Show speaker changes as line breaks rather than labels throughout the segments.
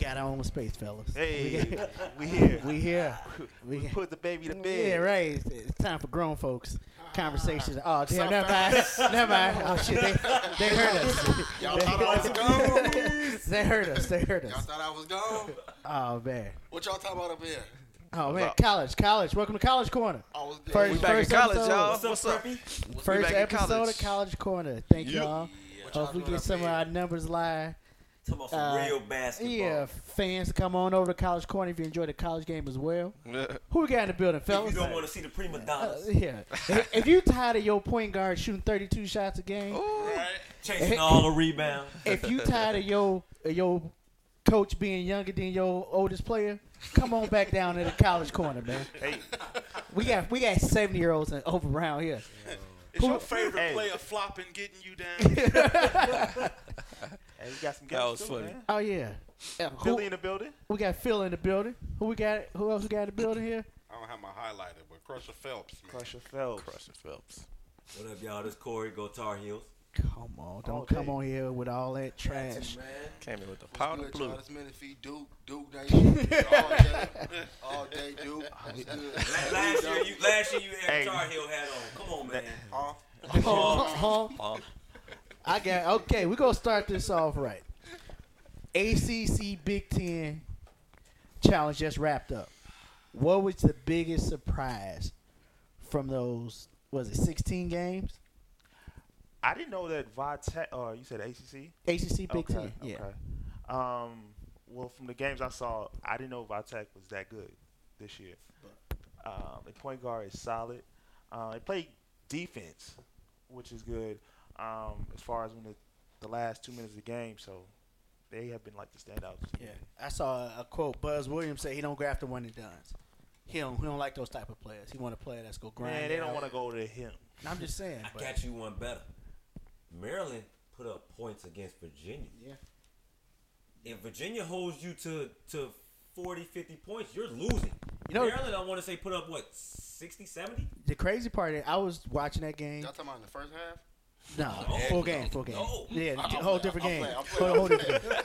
got our own space, fellas.
Hey, we here.
We here.
We,
We-
put the baby to bed.
Yeah, right. It's, it's time for grown folks conversations. Oh, damn,
Some
never mind. never mind. Oh, shit. They, they heard us.
Y'all thought I was gone.
they heard us. They heard
Y'all
us.
thought I was gone.
Oh, man.
What y'all talking about up here?
Oh, man. College, college. Welcome to College Corner.
I was there.
First-
We back in college,
episode.
y'all.
What's
What's
up,
up?
First
back in
episode
college.
of College Corner. Thank
Yeah.
y'all.
What y'all
Hopefully, oh,
doing
we get
up
some of
here?
our numbers live.
Talking about some
Uh,
real basketball.
Yeah, fans to come on over to College Corner if you enjoy the college game as well.
Yeah.
Who we got in the building,
If
fellas?
you don't want to see the prima
Uh,
donnas
yeah. If- if you tired of your point guard shooting 32 shots a game,
Right.
chasing all the rebounds,
if you tired of your of your coach being younger than your oldest player, come on back down to the college corner, man.
Hey,
We got we got 70 year olds and over around here.
Is
Who-
your favorite
Hey.
player flopping, getting you down?
hey, we got some
That
guys.
was
too,
funny.
man.
Oh yeah. Yeah, who-
Billy in the building.
we got Phil in the building. Who we got? Who else we got in the building here?
I don't have my highlighter, but Crusher Phelps, man.
Crusher Phelps.
Crusher Phelps.
What up, y'all? This Corey Go Tar Heels.
Come on, don't
All
come
day.
on here with all that trash.
Came in with the powder
What's good,
blue.
y'all? It's Menifee, Duke, Duke Nation, all day, all day, Duke.
Oh,
What's good?
La- Last year, you last year you had
Hey.
a Tar Heel hat on. Come on, man.
Huh?
Oh, oh,
Um,
I got okay. We're gonna start this off right. ACC Big Ten challenge just wrapped up. What was the biggest surprise from those? Was it 16 games?
I didn't know that Vitek. Uh, you said ACC.
ACC Big
okay.
Ten. Yeah.
Okay. Um, well, from the games I saw, I didn't know Vitek was that good this year. Um, the point guard is solid. Uh, they play defense, which is good um, as far as when the, the last two minutes of the game. So they have been like the standouts.
Yeah. I saw a quote. Buzz Williams said he don't go after one and done. He don't. He don't like those type of players. He want a player that's go grind.
Man, they don't want
to.
to go to him.
I'm just saying.
I
but-
got you one better. Maryland put up points against Virginia.
Yeah.
If Virginia holds you to to 40, 50 points, you're losing.
You know-
Maryland, I want to say, put up what 60, 70?
The crazy part is I was watching that game.
Y'all talking about in the first half?
No, full game, full game.
No.
Yeah,
I'm
whole
playing,
different
I'm
game.
playing, I'm
Whole,
playing,
whole
I'm
different game.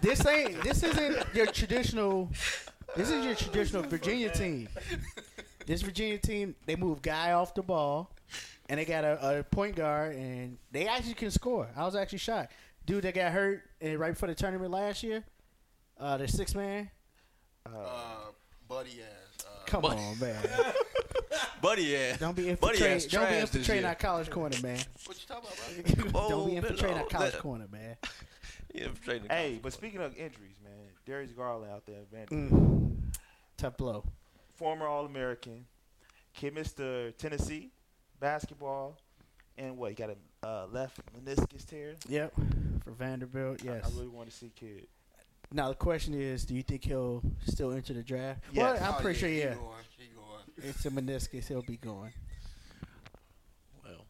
This ain't. This isn't your traditional. This is your traditional Virginia team. This Virginia team, they move guy off the ball, and they got a, a point guard, and they actually can score. I was actually shocked. Dude that got hurt and right before the tournament last year, uh, the six man.
Uh, buddy ass. Uh,
Come
But-
on, man.
buddy, yeah.
Don't be
Buddy ass
infiltrating. Don't be
trash this
infiltrating
year.
our college corner, man.
what you talking about, bro?
Don't be
Oh,
infiltrating our
no,
college
that-
corner, man.
Yeah, infiltrating the
Hey, but
college court.
speaking of injuries, man, Darius Garland out there, man,
Mm. Tough blow.
former All American, kid Mr. Tennessee basketball, and what he got a uh, left meniscus tear.
Yep, for Vanderbilt.
I-
Yes.
I, really want to see kid.
now the question is, do you think he'll still enter the draft?
Yes.
Well, I'm
Oh,
pretty sure.
he
Yeah,
Going, he going.
it's a meniscus. He'll be going.
Well,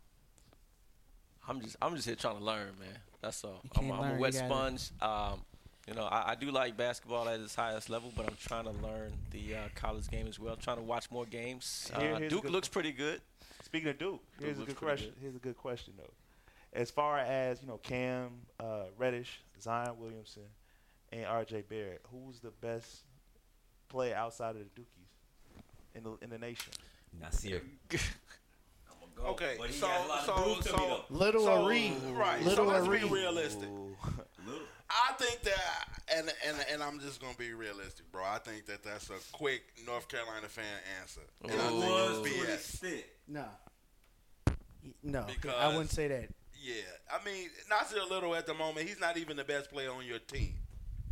I'm just I'm just here trying to learn, man. That's all.
You
I'm,
can't
I'm
learn,
a
you
wet
gotta-
sponge. Um, you know, I, I do like basketball at its highest level, but I'm trying to learn the uh, college game as well. Trying to watch more games. Uh,
Here- here's a
Duke
good
looks pretty good.
Speaking of Duke, here's a
looks
good
pretty
question. Here's a good question though. As far as you know, Cam uh, Reddish, Zion Williamson, and R.J. Barrett, who's the best player outside of the Dukies in the in the nation?
Nasir. I'm gonna go.
Okay,
but he
so-
got a lot
so-
of moves to
so-
beat up.
Little
so,
Reed.
Right.
Little
so let's be
Reed.
realistic.
Little.
I think that, and, and and I'm just gonna be realistic, bro. I think that that's a quick North Carolina fan answer, and I
Ooh.
think
was
it's
to an
BS.
extent.
No. No, I
Because-
wouldn't say that.
Yeah, I mean Nasir Little at the moment, he's not even the best player on your team.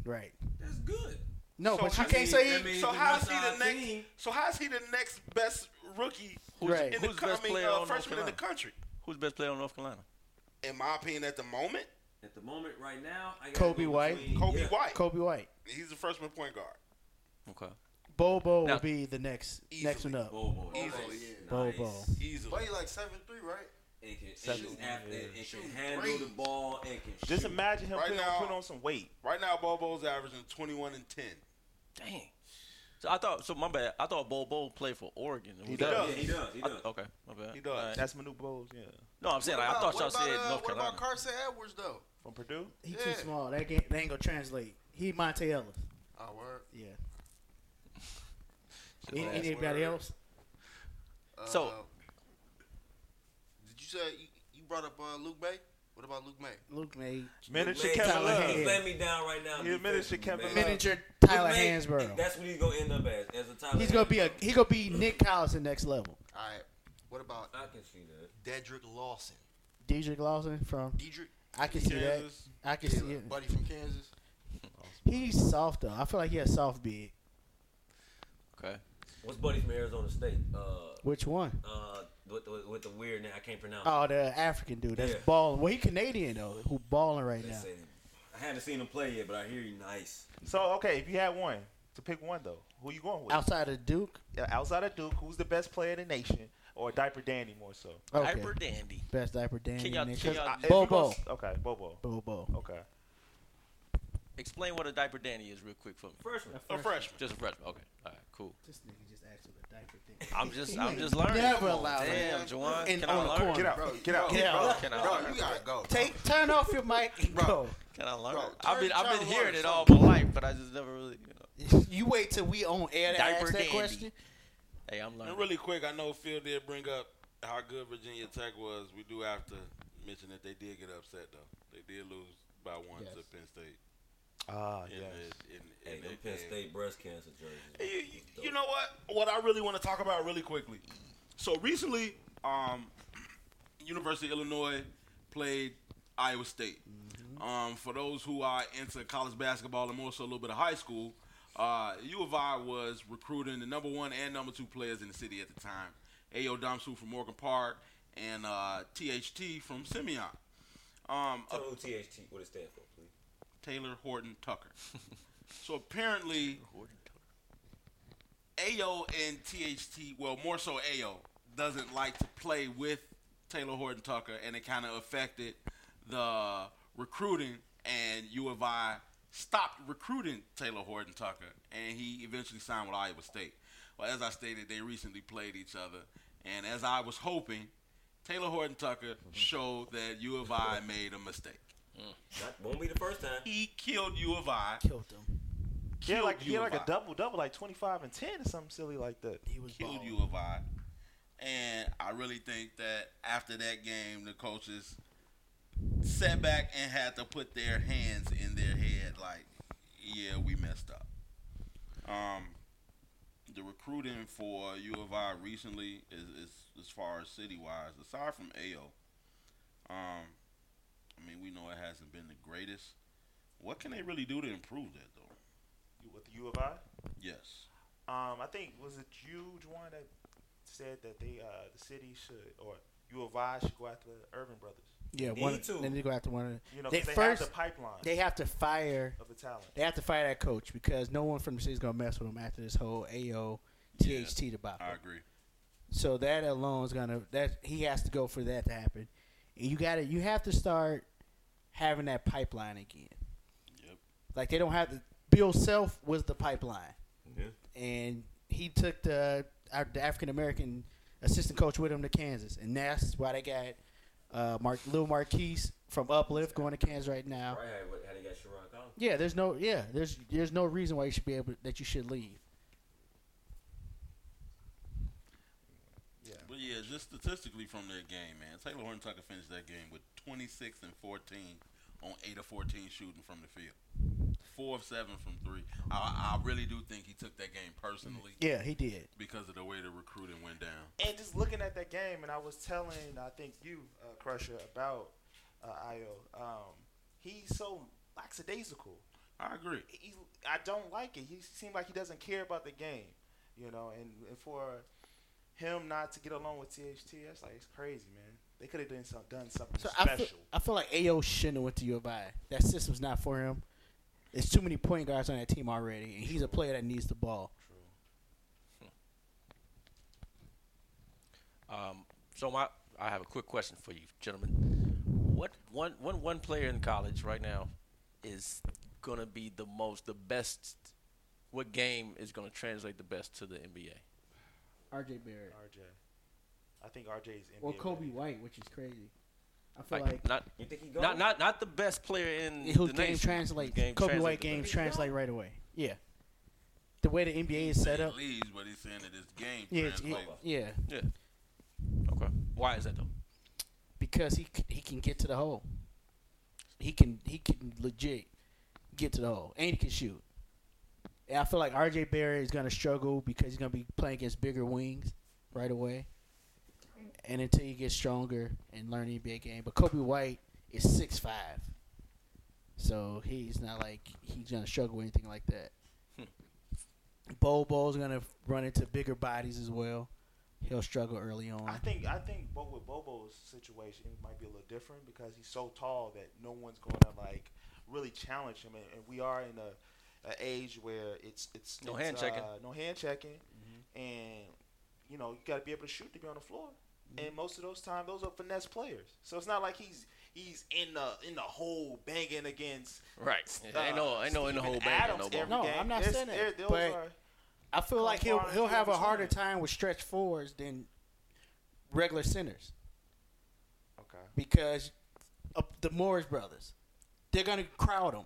Right.
That's good.
No,
So
but you
I
can't
mean,
say.
that means-
so
the
how is he
rest of
the
our
next?
team-
So how is he the next best rookie
Right.
in the
Who's
co- I
best
mean,
player
uh,
on North
freshman in the
Carolina?
country?
Who's the best player on North Carolina?
In my opinion, at the moment,
At the moment, right now, I got
Kobe White.
Kobe
yeah.
White.
Kobe White,
He's the freshman point guard.
Okay.
Bobo
Now-
will be the next next one
Easily.
up.
Bobo.
Easily.
Nice.
Bobo.
Easily. But he's like seven three, right?
And can, and
Seven.
can, athlete, and can
Shoot
handle
three.
the ball and can shoot.
Just imagine him
Right
putting,
now-
on, putting on some weight.
Right now, Bobo's averaging twenty one and ten.
Dang. So I thought. So my bad. I thought Bo Bo played for Oregon. Was
He
that-
yeah,
does.
he does. He
I-
does.
okay. My bad.
He does.
All right.
That's Manute Bowles, yeah,
No, I'm saying like, I
What
thought
about-
y'all
what
said
about, uh,
North
What
Carolina
about Carson Edwards though?
from Purdue.
He
Yeah.
too small. That, game, that ain't gonna translate. He Monte Ellis.
Oh, word.
Yeah.
Just
Any,
last-
anybody
word.
else?
So-
Uh, did you say you, you brought up uh, Luke May? What about Luke May?
Luke May.
Miniature
Man,
Kevin
Tyler
Love.
Hayes
Hanks.
let me down right now.
He miniature Kevin
Man.
Love.
Miniature
Look,
Tyler
man,
Hansborough.
That's what he's gonna end up as. As a Tyler.
He's gonna be a
Hansborough.
he gonna be Nick Collison next level.
All right. What about
I can see that.
Dedrick Lawson?
Dedrick Lawson from
Dedrick.
I can see that.
Kansas.
I can
Yeah,
see it.
Buddy from Kansas.
He's soft though. I feel like he has soft big.
Okay.
What's Buddy from Arizona State? Uh,
Which one?
uh, with, with, with the weird name I can't pronounce.
Oh, the African dude that's
Yeah.
balling. Well, he Canadian though, who balling right
They
now.
said- I haven't seen him play yet, but I hear he nice.
So okay, if you had one to pick one though, who you going with?
Outside of Duke.
Yeah, Outside of Duke, who's the best player in the nation, or Diaper Dandy more so?
Okay.
Hyper dandy.
Best diaper dandy.
Can y'all-
nigga.
can
'Cause
y'all-
if you
Bobo.
gonna- okay, Bobo.
Bobo.
Okay.
Explain what a diaper dandy is real quick for me.
Freshman.
A freshman.
Just a freshman. Okay. All right. Cool.
This nigga just asked what a diaper thing.
I'm just I'm just learning.
Never allow that.
Damn, Juwan.
In-
Can
on
I
the
learn?
corner.
Get out.
Bro,
get out.
Bro,
Get out.
Can I
bro,
learn?
Oh, you gotta go.
Take turn off your mic and
Bro.
go.
Can I learn?
Bro,
I've been
turn-
I've
turn
been hearing
one
it
or
all my life, but I just never really. You know.
You wait till we on air to
Diaper
ask that
dandy.
question.
Hey, I'm learning.
And really quick, I know Phil did bring up how good Virginia Tech was. We do have to mention that they did get upset though. They did lose by one
Yes.
to Penn State.
Ah,
In the, in,
Hey,
in
them
the
Penn
game.
State breast cancer jerseys.
You, you- you know what? What I really want to talk about really quickly. So recently, um, University of Illinois played Iowa State. Um, for those who are into college basketball and more so a little bit of high school, uh, U of I was recruiting the number one and number two players in the city at the time. A.O. Domsu from Morgan Park and uh, THT from Simeon. Um,
Tell me who THT what it stand for, please.
Taylor Horton Tucker. so apparently, AO and THT, well, more so AO, doesn't like to play with Taylor Horton Tucker, and it kind of affected the recruiting, and U of I stopped recruiting Taylor Horton Tucker, and he eventually signed with Iowa State. Well, as I stated, they recently played each other, and as I was hoping, Taylor Horton Tucker showed that U of I made a mistake.
That won't be the first time.
He killed U of I.
Killed him.
He had like he had like
Killed you
a
by-
double double, like 25 and 10 or something silly like that.
He was
killed
balling.
U of I. And I really think that after that game, the coaches sat back and had to put their hands in their head, like, yeah, we messed up. Um, the recruiting for U of I recently is, is as far as city wise, aside from AO, um, I mean, we know it hasn't been the greatest. What can they really do to improve that, though?
You- With the U of I.
Yes.
Um, I think was it you, Juwan, that said that they uh the city should or U of I should go after the Urban Brothers.
Yeah,
Need
one.
to.
They need to go after one. Of,
You know,
they
'cause they,
first
have the pipeline
they have to fire.
of the talent.
They have to fire that coach because no one from the city's gonna mess with him after this whole AO
Yeah.
THT debacle.
I agree.
So that alone is gonna that he has to go for that to happen. And you gotta you have to start having that pipeline again.
Yep.
Like they don't have to Bill Self was the pipeline.
Yeah.
And he took the our, the African American assistant coach with him to Kansas. And that's why they got uh Mark Lil Marquise from Uplift going to Kansas right now.
Right, how, how they got Sharon Collins.
Yeah, there's no yeah, there's there's no reason why you should be able that you should leave.
Yeah.
But yeah, just statistically from their game, man, Taylor Horton Tucker finished that game with 26 and 14 on 8 of 14 shooting from the field. 4 of 7 from 3. I, I really do think he took that game personally
Yeah, he did.
because of the way the recruiting went down.
And just looking at that game, and I was telling, I think you, uh, Crusher, about uh, Io. Um, he's so lackadaisical.
I agree.
He, I don't like it. He seems like he doesn't care about the game, you know. And, and for him not to get along with THT, that's like it's crazy, man. They could have done some, done something
So I
special.
feel, I feel like AO shouldn't have went to U of I. That system's not for him. There's too many point guards on that team already, and he's a player that needs the ball.
Um, so my, I have a quick question for you, gentlemen. What one one one player in college right now is gonna be the most the best? What game is gonna translate the best to the NBA?
RJ Barrett
RJ, I think RJ is NBA.
or Kobe
ready.
White, which is crazy. I feel
Like,
like,
not
You think he goes?
not not not the best player in
whose
the
game
nation.
translates.
Game
Kobe White
translates.
games translate right away. Yeah, the way the NBA is set up.
leaves, but he's saying that his game
Yeah, it's-
translates.
yeah,
Yeah. Okay. Why is that though?
because he c- he can get to the hole. He can he can legit get to the hole, and he can shoot. And I feel like RJ Barrett is going to struggle because he's going to be playing against bigger wings right away, and until he gets stronger and learn the NBA game. But Kobe White is six five, so he's not like he's going to struggle with anything like that. Bo Bo's going to run into bigger bodies as well. He'll struggle early on.
I think I think but with Bobo's situation it might be a little different because he's so tall that no one's going to like really challenge him, and, and we are in a, a age where it's it's
No
it's,
hand checking. Mm-hmm.
uh, no hand checking, and you know you got to be able to shoot to be on the floor,
Mm-hmm.
and most of those time those are finesse players, so it's not like he's he's in the in the hole banging against.
Right.
Uh,
I know. I know. In the
Steven
whole band,
Adams
no
every
more.
No,
game.
I'm not
It's-
saying that,
they're- those
but-
are-
I feel like he'll
Come on,
he'll have a
Stevenson.
harder time with stretch fours than regular centers
okay.
because of the Morris brothers. They're gonna crowd him.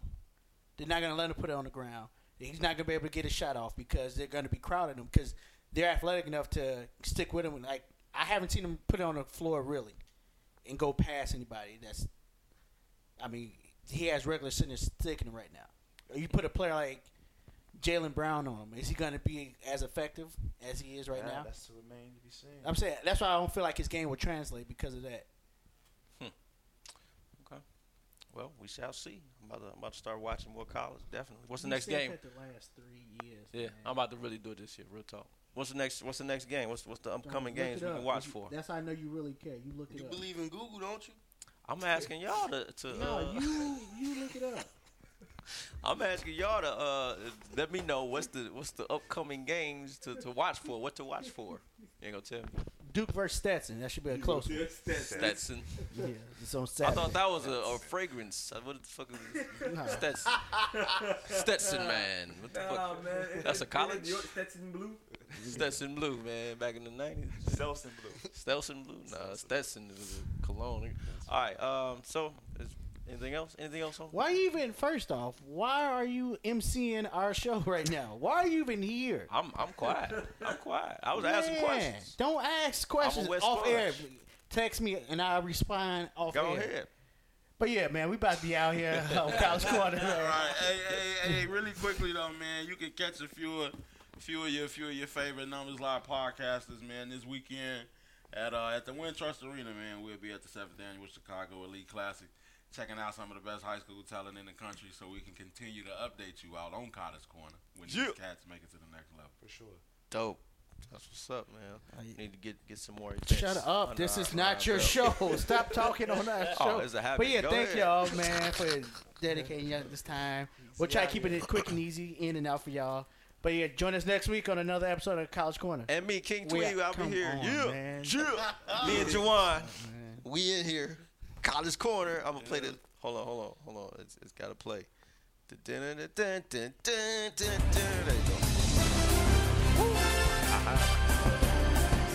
They're not gonna let him put it on the ground. He's not gonna be able to get a shot off because they're gonna be crowding him because they're athletic enough to stick with him. And like I haven't seen him put it on the floor really and go past anybody. That's I mean he has regular centers sticking him right now. You put a player like Jalen Brown on him. Is he gonna be as effective as he is right
Yeah,
now?
that's to remain to be seen.
I'm saying that's why I don't feel like his game will translate because of that.
Well, we shall see. I'm about, to, I'm about to start watching more college. Definitely. What's the
You
next
said
game?
that The last three years.
Yeah,
man.
I'm about to really do it this year. Real talk. What's the next? What's the next game? What's what's the
Don't
upcoming
look
games
it
we
up.
can watch
You-
for?
That's how I know you really care. You look it
You
up.
believe in Google, don't you?
I'm asking y'all to. to
no,
uh,
you you look it up.
I'm asking y'all to uh, let me know what's the what's the upcoming games to, to watch for. What to watch for? You ain't gonna tell me.
Duke versus Stetson. That should be a close one.
Stetson.
Yeah, it's on
I
Saturday.
thought that was a, a fragrance. Uh, What the fuck is this? Stetson? Stetson man. What the
Nah,
fuck?
man.
That's a college?
York, Stetson Blue.
Stetson Blue, man. Back in the nineties.
Selson Blue.
Stetson Blue? Nah, Stetson was a cologne. All right. Um. So, is anything else? Anything else on?
Why you even? First off, why are you emceeing our show right now? Why are you even here?
I'm I'm quiet. I'm quiet. I was asking
Man,
questions.
Don't ask questions
West
off air.
Orange.
Text me and I'll respond off
Go
air.
ahead.
But yeah, man, we about to be out here on College Corner.
All right, hey, hey, hey, really quickly though, man, you can catch a few of, few of your, few of your favorite numbers live podcasters, man, this weekend at uh, at the Wintrust Arena, man. We'll be at the seventh annual Chicago Elite Classic, checking out some of the best high school talent in the country, so we can continue to update you out on Cottage Corner when
Yeah.
these cats make it to the next level.
For sure.
Dope. That's what's up, man. Need to get get some more.
Shut
events
up.
under
This
our-
is
under our
not your
belt.
show. Stop talking on our show.
Oh, it's a habit.
But yeah,
Go
thank
ahead.
y'all, man, for dedicating y'all this time. We'll try keeping it quick and easy, in and out for y'all. But yeah, join us next week on another episode of College Corner.
And me, King
We-
Tweed, I'll be
come
here.
on,
yeah,
man.
yeah. me and Jawan, we in here. College Corner. I'm gonna play the. Hold on, hold on, hold on. It's, it's gotta play. Dun, dun, dun, dun, dun, dun, dun, dun. There you go. Ah, ah.